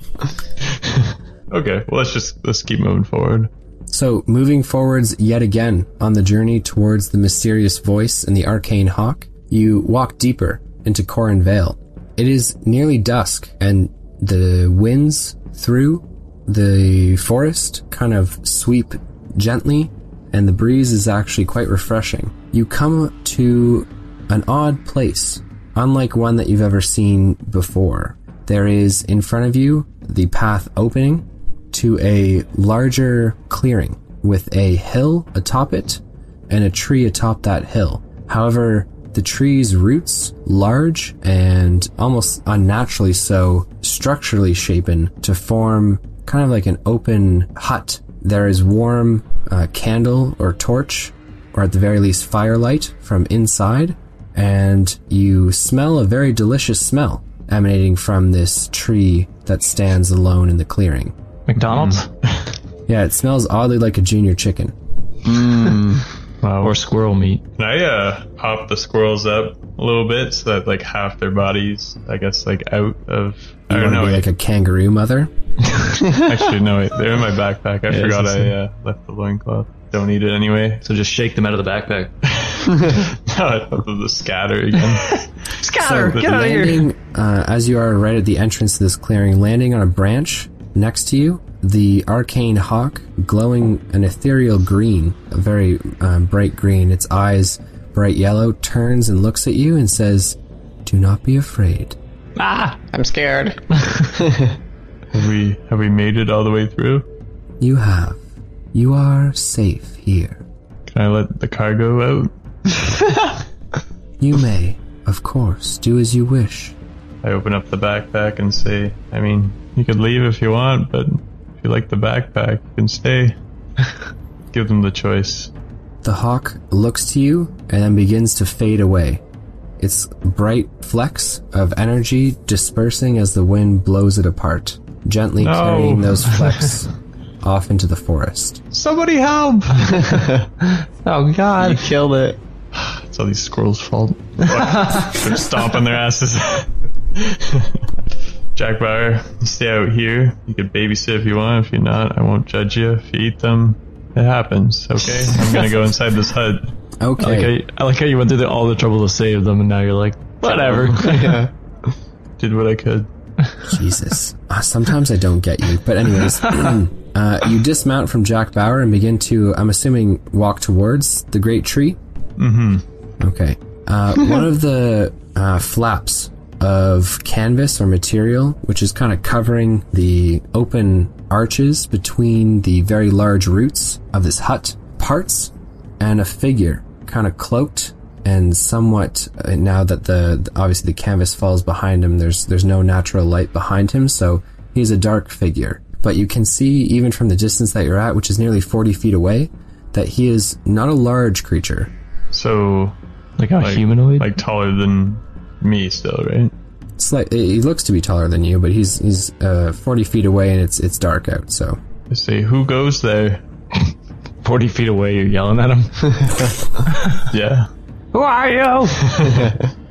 Okay, well let's just let's keep moving forward. So, moving forwards yet again on the journey towards the mysterious voice and the arcane hawk, you walk deeper into Corin Vale. It is nearly dusk, and the winds through the forest kind of sweep gently, and the breeze is actually quite refreshing. You come to an odd place, unlike one that you've ever seen before. There is in front of you the path opening to a larger clearing with a hill atop it and a tree atop that hill. However, the tree's roots, large and almost unnaturally so, structurally shapen to form kind of like an open hut. There is warm uh, candle or torch, or at the very least firelight from inside, and you smell a very delicious smell emanating from this tree that stands alone in the clearing. McDonald's Yeah, it smells oddly like a junior chicken. Wow. or squirrel meat. Can I uh pop the squirrels up a little bit so that like half their bodies I guess like out of I You wanna don't know. be like a kangaroo mother. Actually no wait, they're in my backpack. I it's forgot the I same. uh, left the loincloth. Don't eat it anyway. So just shake them out of the backpack. now I thought of the scatter again. Scatter! get outta landing uh, as you are right at the entrance to this clearing, landing on a branch next to you, the arcane hawk, glowing an ethereal green, a very um, bright green. Its eyes bright yellow, turns and looks at you and says, "Do not be afraid." Ah! I'm scared. have we have we made it all the way through? You have. You are safe here. Can I let the cargo out? You may, of course, do as you wish. I open up the backpack and say, I mean, you could leave if you want, but if you like the backpack, you can stay. Give them the choice. The hawk looks to you and then begins to fade away, its bright flecks of energy dispersing as the wind blows it apart, gently No. carrying those flecks off into the forest. Somebody help! Oh I god. killed it. It's all these squirrels' fault. They're stomping their asses. Jack Bauer, you stay out here. You could babysit if you want. If you're not, I won't judge you. If you eat them, it happens, okay? I'm gonna go inside this hut. I like, how Okay, you, I like how you went through the, all the trouble to save them and now you're like, whatever. Yeah. Did what I could. Jesus. Uh, sometimes I don't get you, but anyways. Uh, you dismount from Jack Bauer and begin to, I'm assuming, walk towards the great tree. Okay. Uh, one of the uh, flaps of canvas or material, which is kind of covering the open arches between the very large roots of this hut, parts, and a figure, kind of cloaked and somewhat. Uh, now that the the- obviously the canvas falls behind him, there's there's no natural light behind him, so he's a dark figure. But you can see even from the distance that you're at, which is nearly 40 feet away, that he is not a large creature. So, like a like, humanoid? like taller than me still, right? slight. He looks to be taller than you, but he's he's uh, forty feet away, and it's it's dark out. So I say, who goes there? 40 feet away, you're yelling at him. Yeah. Who are you?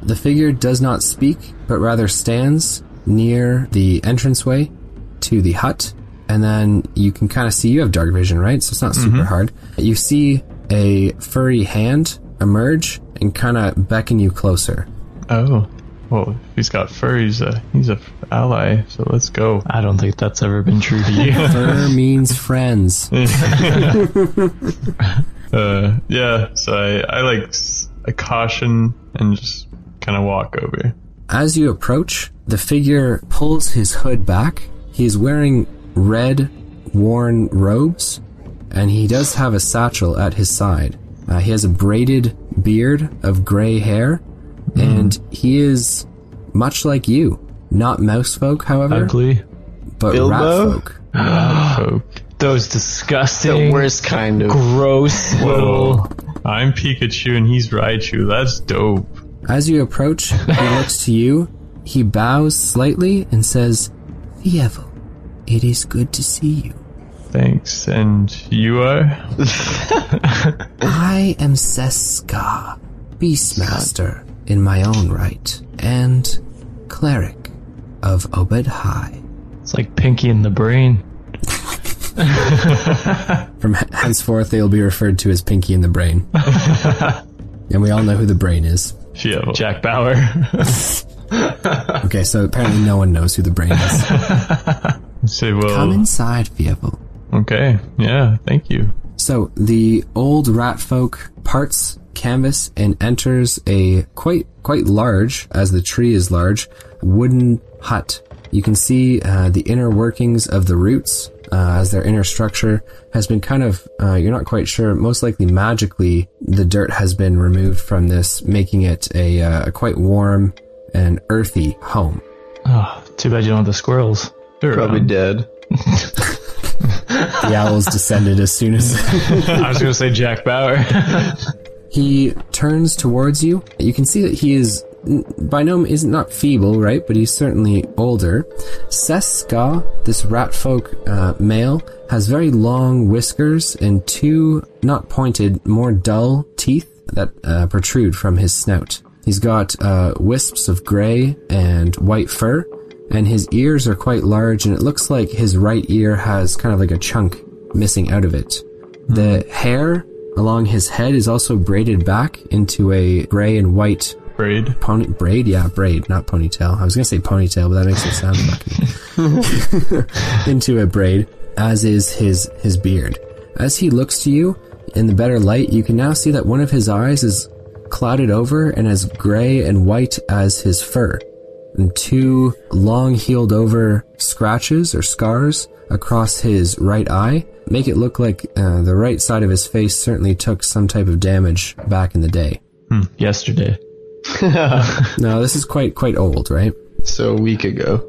The figure does not speak, but rather stands near the entranceway to the hut. And then you can kind of see, you have dark vision, right? So it's not super hard. You see a furry hand emerge and kind of beckon you closer. Oh, well, if he's got fur. He's a he's a ally. So let's go. I don't think that's ever been true to you. Fur means friends. Uh, yeah. So I I like s- I caution and just kind of walk over. As you approach, the figure pulls his hood back. He is wearing red, worn robes, and he does have a satchel at his side. Uh, he has a braided beard of gray hair, and he is much like you. Not mouse folk, however, Ugly. but rat Bilbo? folk. Folk. Those The disgusting, worst kind of. gross Whoa. little. I'm Pikachu and he's Raichu. That's dope. As you approach, he looks to you, he bows slightly, and says, Fievel, it is good to see you. Thanks. And you are? I am Seska, Beastmaster in my own right, and Cleric of Obed High. It's like Pinky in the Brain. From h- henceforth, they will be referred to as Pinky in the Brain. and we all know who the brain is. Fievel. Jack Bauer. Okay, so apparently no one knows who the brain is. Say, well, Come inside, Fievel. okay. Yeah, thank you. So the old rat folk parts canvas and enters a quite quite large, as the tree is large, wooden hut. You can see uh, the inner workings of the roots, uh, as their inner structure has been kind of uh, you're not quite sure. Most likely, magically, the dirt has been removed from this, making it a, uh, a quite warm and earthy home. Oh, too bad you don't have the squirrels. Sure, Probably um, dead. The owls descended as soon as I was gonna say Jack Bauer. He turns towards you. You can see that he is n- by no is not feeble, right? But he's certainly older. Seska, this rat folk uh, male, has very long whiskers and two not pointed, more dull teeth that uh, protrude from his snout. He's got uh, wisps of gray and white fur, and his ears are quite large. And it looks like his right ear has kind of like a chunk missing out of it. The hair along his head is also braided back into a gray and white Braid. pony braid. Yeah, braid, not ponytail. I was gonna say ponytail, but that makes it sound fucking into a braid. As is his his beard. As he looks to you in the better light, you can now see that one of his eyes is clouded over and as gray and white as his fur, and two long healed over scratches or scars across his right eye make it look like uh, the right side of his face certainly took some type of damage back in the day. Yesterday. Now this is quite quite old, right? So a week ago.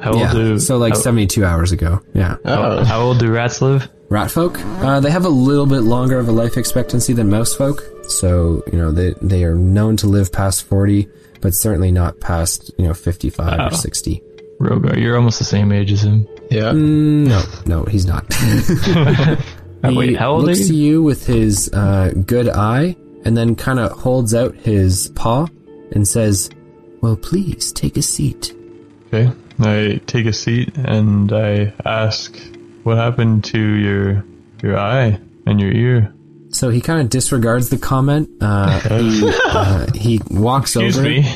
How old yeah. do so like 72 hours ago. Yeah. Oh. how old do rats live? Rat folk, uh, they have a little bit longer of a life expectancy than mouse folk. So, you know, they, they are known to live past 40, but certainly not past, you know, 55 Oh. or 60. Rogar, you're almost the same age as him. Yeah. Mm, no, no, he's not. Oh, he wait, how old are looks you? to you with his uh, good eye and then kind of holds out his paw and says, Well, please take a seat. Okay. I take a seat and I ask, what happened to your your eye and your ear? So he kind of disregards the comment. Uh, he, uh, he walks Excuse over. me.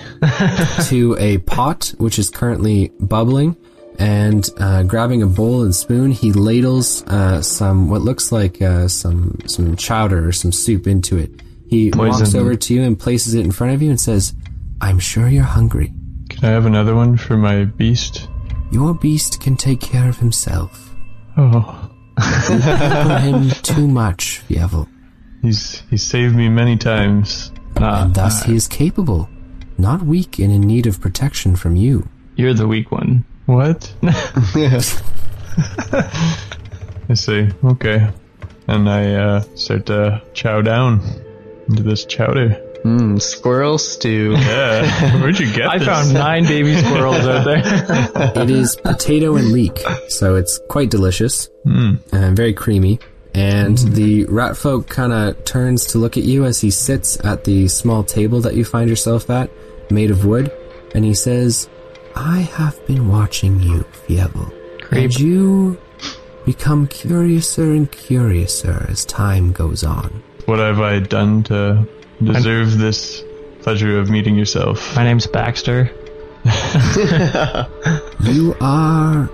to a pot which is currently bubbling and uh, grabbing a bowl and spoon he ladles uh, some what looks like uh, some some chowder or some soup into it he walks Poison. over to you and places it in front of you and says i'm sure you're hungry Can I have another one for my beast? your beast can take care of himself Oh, for him too much Fievel. he's he's saved me many times. Ah, and thus he is capable not weak and in need of protection from you you're the weak one. What? I see. Okay. And I uh, start to chow down into this chowder. Mm, squirrel stew. Yeah. Where'd you get I this? found nine baby squirrels out there. It is potato and leek, so it's quite delicious and very creamy. and the rat folk kind of turns to look at you as he sits at the small table that you find yourself at, made of wood, and he says, I have been watching you, Fievel. And you become curiouser and curiouser as time goes on. What have I done to deserve this pleasure of meeting yourself? My name's Baxter. You are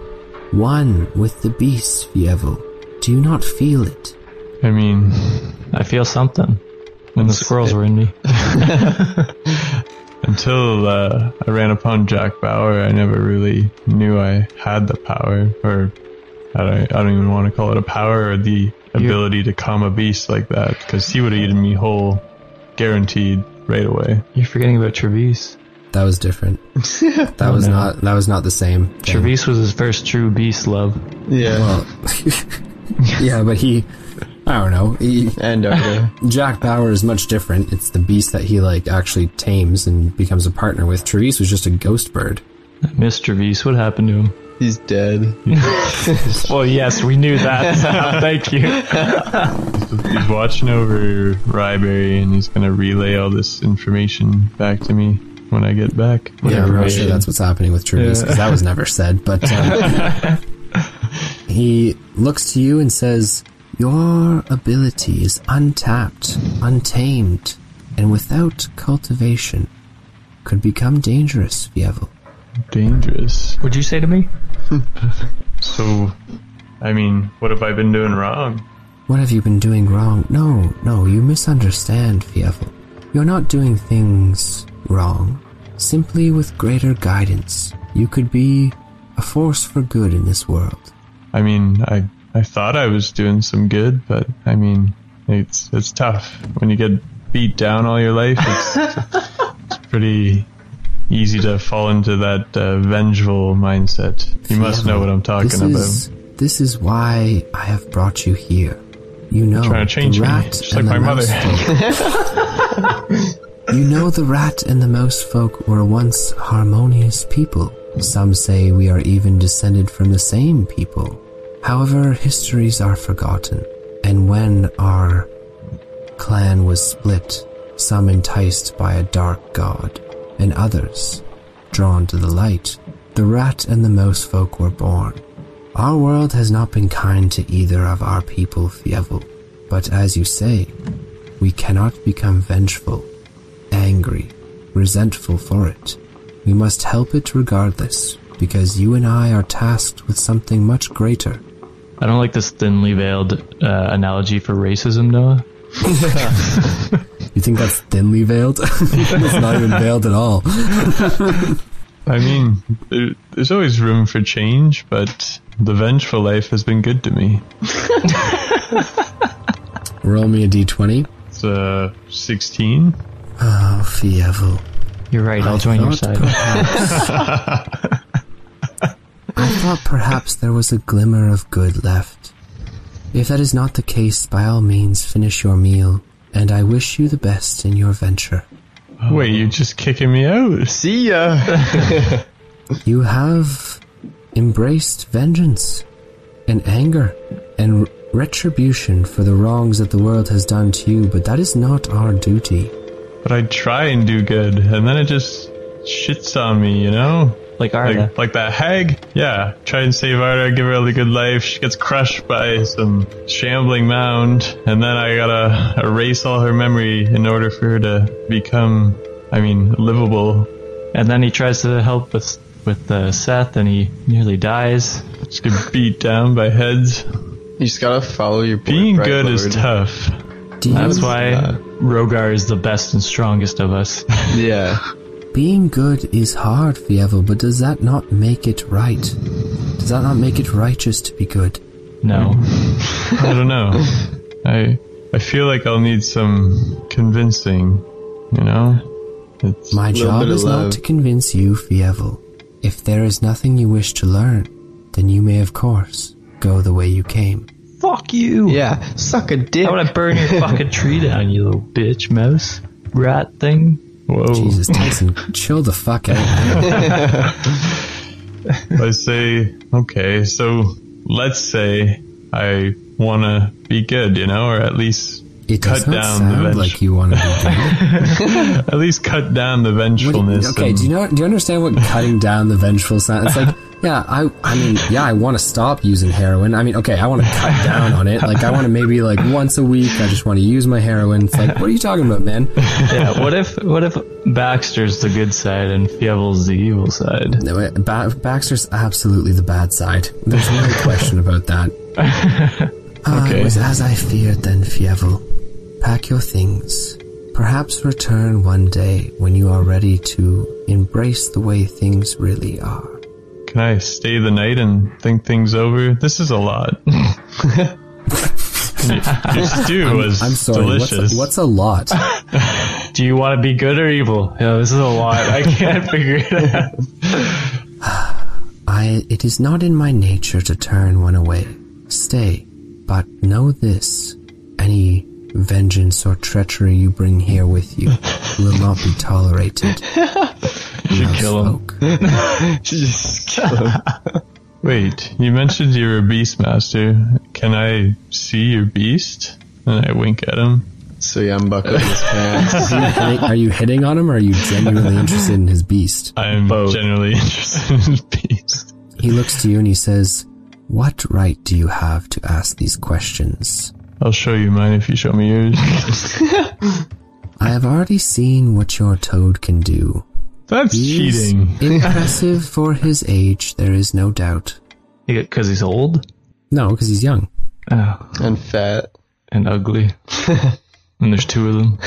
one with the beast, Fievel. Do you not feel it? I mean, I feel something. When the squirrels were in me. until uh, I ran upon Jack Bauer, I never really knew I had the power, or I don't, I don't even want to call it a power, or the ability to calm a beast like that, because he would have eaten me whole, guaranteed, right away. You're forgetting about Trevis. That was different. That was not. That was not the same. thing. Trevis was his first true beast love. Yeah. Well, yeah, but he. I don't know. He, And uh, over. Jack Bauer is much different. It's the beast that he like actually tames and becomes a partner with. Therese was just a ghost bird. I miss Trevis. What happened to him? He's dead. Well, yes, we knew that. Thank you. He's watching over Ryberry, and he's gonna relay all this information back to me when I get back. Yeah, I'm Whenever I not sure that's what's happening with Therese because that was never said. But um, he looks to you and says, "Your ability is untapped, untamed, and without cultivation, could become dangerous, Fievel." dangerous. What'd you say to me? So, I mean, what have I been doing wrong? What have you been doing wrong? No, no, you misunderstand, Fievel. You're not doing things wrong. Simply with greater guidance, you could be a force for good in this world. I mean, I I thought I was doing some good, but I mean, it's it's tough when you get beat down all your life. It's, it's pretty easy to fall into that uh, vengeful mindset. You must know what I'm talking this about. Is, this is why I have brought you here. You know, trying to change the me, rat just and like the my mouse folk. you know, the rat and the mouse folk were once harmonious people. Some say we are even descended from the same people. However, histories are forgotten, and when our clan was split, some enticed by a dark god, and others drawn to the light, the rat and the mouse folk were born. Our world has not been kind to either of our people, Fievel, but as you say, we cannot become vengeful, angry, resentful for it. We must help it regardless, because you and I are tasked with something much greater. I don't like this thinly veiled uh, analogy for racism, Noah. You think that's thinly veiled? it's not even veiled at all. I mean, there, there's always room for change, but the vengeful life has been good to me. Roll me a d20. It's uh, 16. Oh, Fievel. You're right. I'll join your thought side. I thought perhaps there was a glimmer of good left. If that is not the case, by all means finish your meal, and I wish you the best in your venture. Oh. Wait, you're just kicking me out? See ya. You have embraced vengeance and anger and r- retribution for the wrongs that the world has done to you, but that is not our duty. But I try and do good, and then it just shits on me, you know? Like Arda. Like, like that hag? Yeah. Try and save Arda, give her a good life. She gets crushed by some shambling mound, and then I gotta erase all her memory in order for her to become, I mean, livable. And then he tries to help with with uh, Seth, and he nearly dies. Just get beat down by heads. You just gotta follow your Being birthright good is lord. tough. Do you That's why Rogar is the best and strongest of us. Yeah. Being good is hard, Fievel, but does that not make it right? Does that not make it righteous to be good? No, I don't know. I I feel like I'll need some convincing, you know? It's My Little job bit of is not love. to convince you, Fievel. If there is nothing you wish to learn, then you may, of course, go the way you came. fuck you. Yeah. Suck a dick. I want to burn your fucking tree down, you little bitch, mouse, rat thing. whoa. Jesus, Tyson, chill the fuck out. I say, okay, so let's say I want to be good, you know, or at least It does Cut not down the sound venge- like you want to be doing at least cut down the What do you- vengefulness. okay, and- do you know? Do you understand what cutting down the vengeful sound? It's like, yeah, I, I mean, yeah, I want to stop using heroin. I mean, okay, I want to cut down on it. Like, I want to maybe like once a week. I just want to use my heroin. It's like, what are you talking about, man? Yeah, what if what if Baxter's the good side and Fievel's the evil side? No, wait, ba- Baxter's absolutely the bad side. There's no question about that. Ah, Okay. It was as I feared, then, Fievel. Pack your things. Perhaps return one day when you are ready to embrace the way things really are. Can I stay the night and think things over? This is a lot. your, your stew was I'm sorry. What's delicious. a, what's a lot? Do you want to be good or evil? Yeah, this is a lot. I can't figure it out. I, it is not in my nature to turn one away. Stay, but know this. Any vengeance or treachery you bring here with you will not be tolerated. You kill him. Just kill him. Wait, you mentioned you were a beast master. Can I see your beast? And I wink at him. So he unbuckled his pants. Are you hitting on him or are you genuinely interested in his beast? I am Both. generally interested in beast. He looks to you and he says, What right do you have to ask these questions? I'll show you mine if you show me yours. I have already seen what your toad can do. That's He is cheating. impressive for his age, there is no doubt. Because he's old No, because he's young. oh, and fat. and ugly. And there's two of them.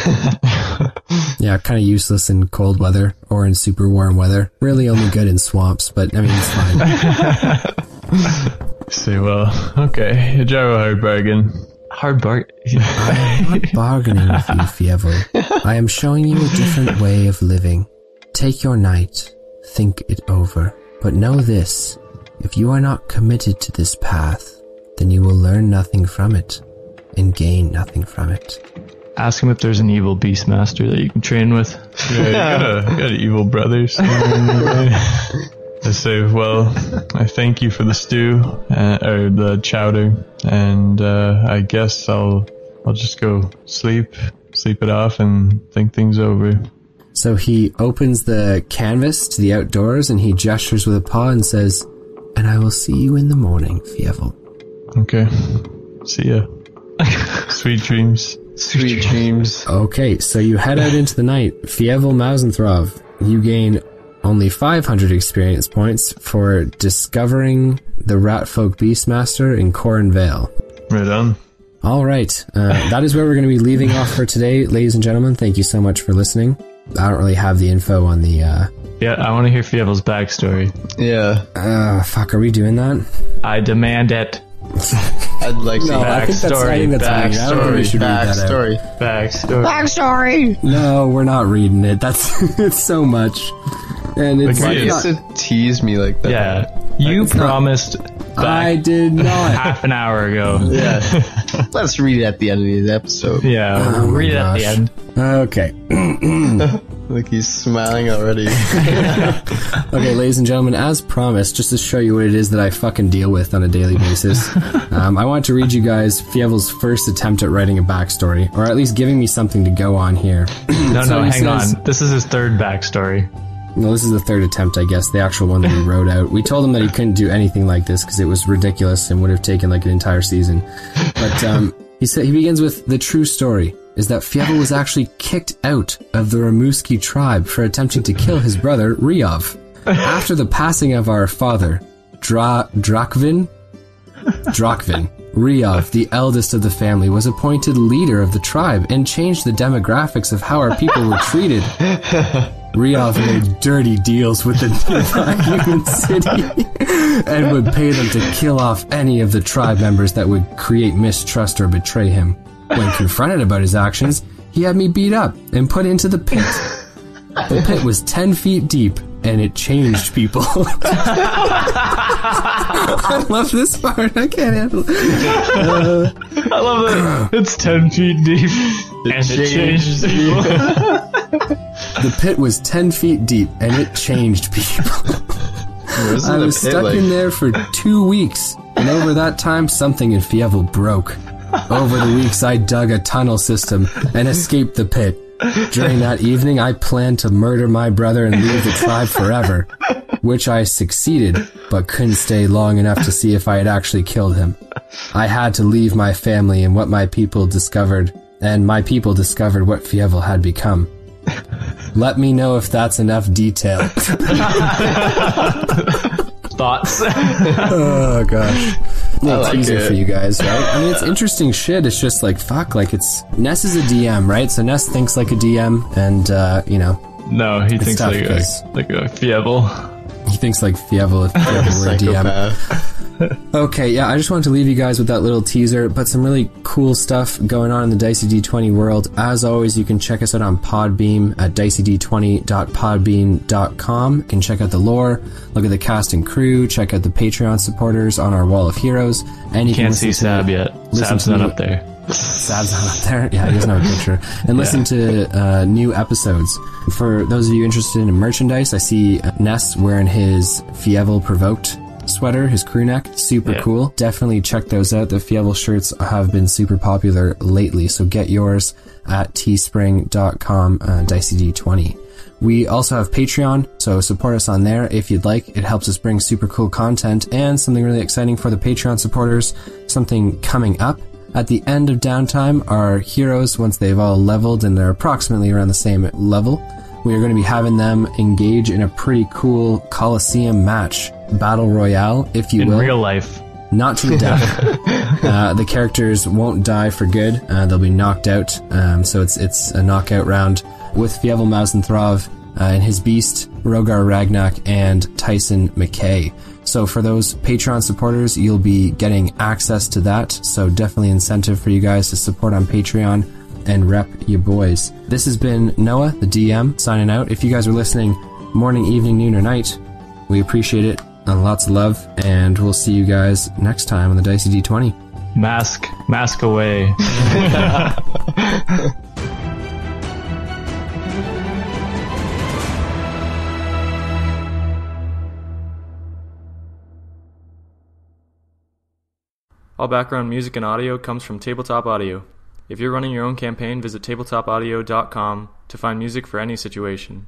Yeah, kind of useless in cold weather or in super warm weather. Really only good in swamps, but I mean, it's fine. Say, well, okay, you drive a hard bargain. Hard bark. I'm not bargaining with you, Fievel. I am showing you a different way of living. Take your night, think it over, but know this. If you are not committed to this path, then you will learn nothing from it and gain nothing from it. Ask him if there's an evil beast master that you can train with. Yeah, you got a, you got a evil brother somewhere in your way. I say, well, I thank you for the stew uh, or the chowder, and uh, I guess I'll I'll just go sleep, sleep it off, and think things over. So he opens the canvas to the outdoors and he gestures with a paw and says, And I will see you in the morning, Fievel. Okay, see ya. Sweet dreams. Sweet dreams. Okay, so you head out into the night. Fievel Mausenthrov, you gain only 500 experience points for discovering the Ratfolk Beastmaster in Corin Vale. Right on. All right, uh, that is where we're going to be leaving off for today, ladies and gentlemen. Thank you so much for listening. I don't really have the info on the. Uh, Yeah, I want to hear Fievel's backstory. Yeah. uh, fuck, are we doing that? I demand it. I'd like to No, I think that's. I think that's. on you. I don't think we backstory. should read that out. Backstory. Backstory. No, we're not reading it. That's it's so much, and it's Why do Yes. you not- have to tease me like that? Yeah, you not- promised I back did not. half an hour ago. Yeah. Let's read it at the end of this episode. Yeah, read it at the Oh gosh. end. Okay. Like he's smiling already. Okay, ladies and gentlemen, as promised, just to show you what it is that I fucking deal with on a daily basis, um, I want to read you guys Fievel's first attempt at writing a backstory, or at least giving me something to go on here. No, So no, he hang says- on. This is his third backstory. No, this is the third attempt, I guess, the actual one that he wrote out. We told him that he couldn't do anything like this because it was ridiculous and would have taken like an entire season. But um, he said he begins with the true story is that Fievel was actually kicked out of the Ramuski tribe for attempting to kill his brother Ryov after the passing of our father Dra Drakvin. Drakvin. Ryov, the eldest of the family, was appointed leader of the tribe and changed the demographics of how our people were treated. Rioth made dirty deals with the nearby human city and would pay them to kill off any of the tribe members that would create mistrust or betray him. When confronted about his actions, he had me beat up and put into the pit. The pit was 10 feet deep and it changed people. I love this part. I can't handle it. I love it. It's ten feet deep, and it changed changed people. The pit was 10 feet deep and it changed people. This is I in a was pit, stuck like- in there for two weeks, and over that time, something in Fievel broke. Over the weeks, I dug a tunnel system and escaped the pit. During that evening, I planned to murder my brother and leave the tribe forever, which I succeeded, but couldn't stay long enough to see if I had actually killed him. I had to leave my family and what my people discovered, and my people discovered what Fievel had become. Let me know if that's enough detail. Thoughts? Oh gosh. Little like teaser it. for you guys, right? I mean, it's interesting shit. It's just like fuck. Like it's Ness is a DM, right? So Ness thinks like a DM, and uh, you know No, he thinks tough like a, because- like a fievel. he thinks like Fievel if Fievel were a DM. Psychopath. Okay, yeah. I just wanted to leave you guys with that little teaser, but some really cool stuff going on in the Dicey D20 world. As always, you can check us out on Podbeam at dicyd20.podbean.com. You can check out the lore, look at the cast and crew, check out the Patreon supporters on our wall of heroes, and you can Can't listen see to Sab yet. listen Sab's to not me. up there. Sab's not up there. Yeah, he doesn't have a picture. And listen to uh, new episodes. For those of you interested in merchandise, I see uh, Ness wearing his Fievel Provoked sweater, his crew neck. Super Yeah. cool. Definitely check those out. The Fievel shirts have been super popular lately, so get yours at teespring.com uh, dicyd20. We also have Patreon, so support us on there if you'd like. It helps us bring super cool content and something really exciting for the Patreon supporters, something coming up. At the end of downtime, our heroes, once they've all leveled and they're approximately around the same level, we are going to be having them engage in a pretty cool Coliseum match, battle royale, if you In will. real life, not to the death. uh, the characters won't die for good. Uh, they'll be knocked out. Um, so it's it's a knockout round with Fievel Mausenthrov uh, and his beast, Rogar Ragnak, and Tyson McKay. So for those Patreon supporters, you'll be getting access to that. So definitely incentive for you guys to support on Patreon and rep your boys. This has been Noah, the DM, signing out. If you guys are listening morning, evening, noon, or night, we appreciate it and lots of love. And we'll see you guys next time on the Dicey D20. mask, mask away. All background music and audio comes from Tabletop Audio. If you're running your own campaign, visit tabletopaudio.com to find music for any situation.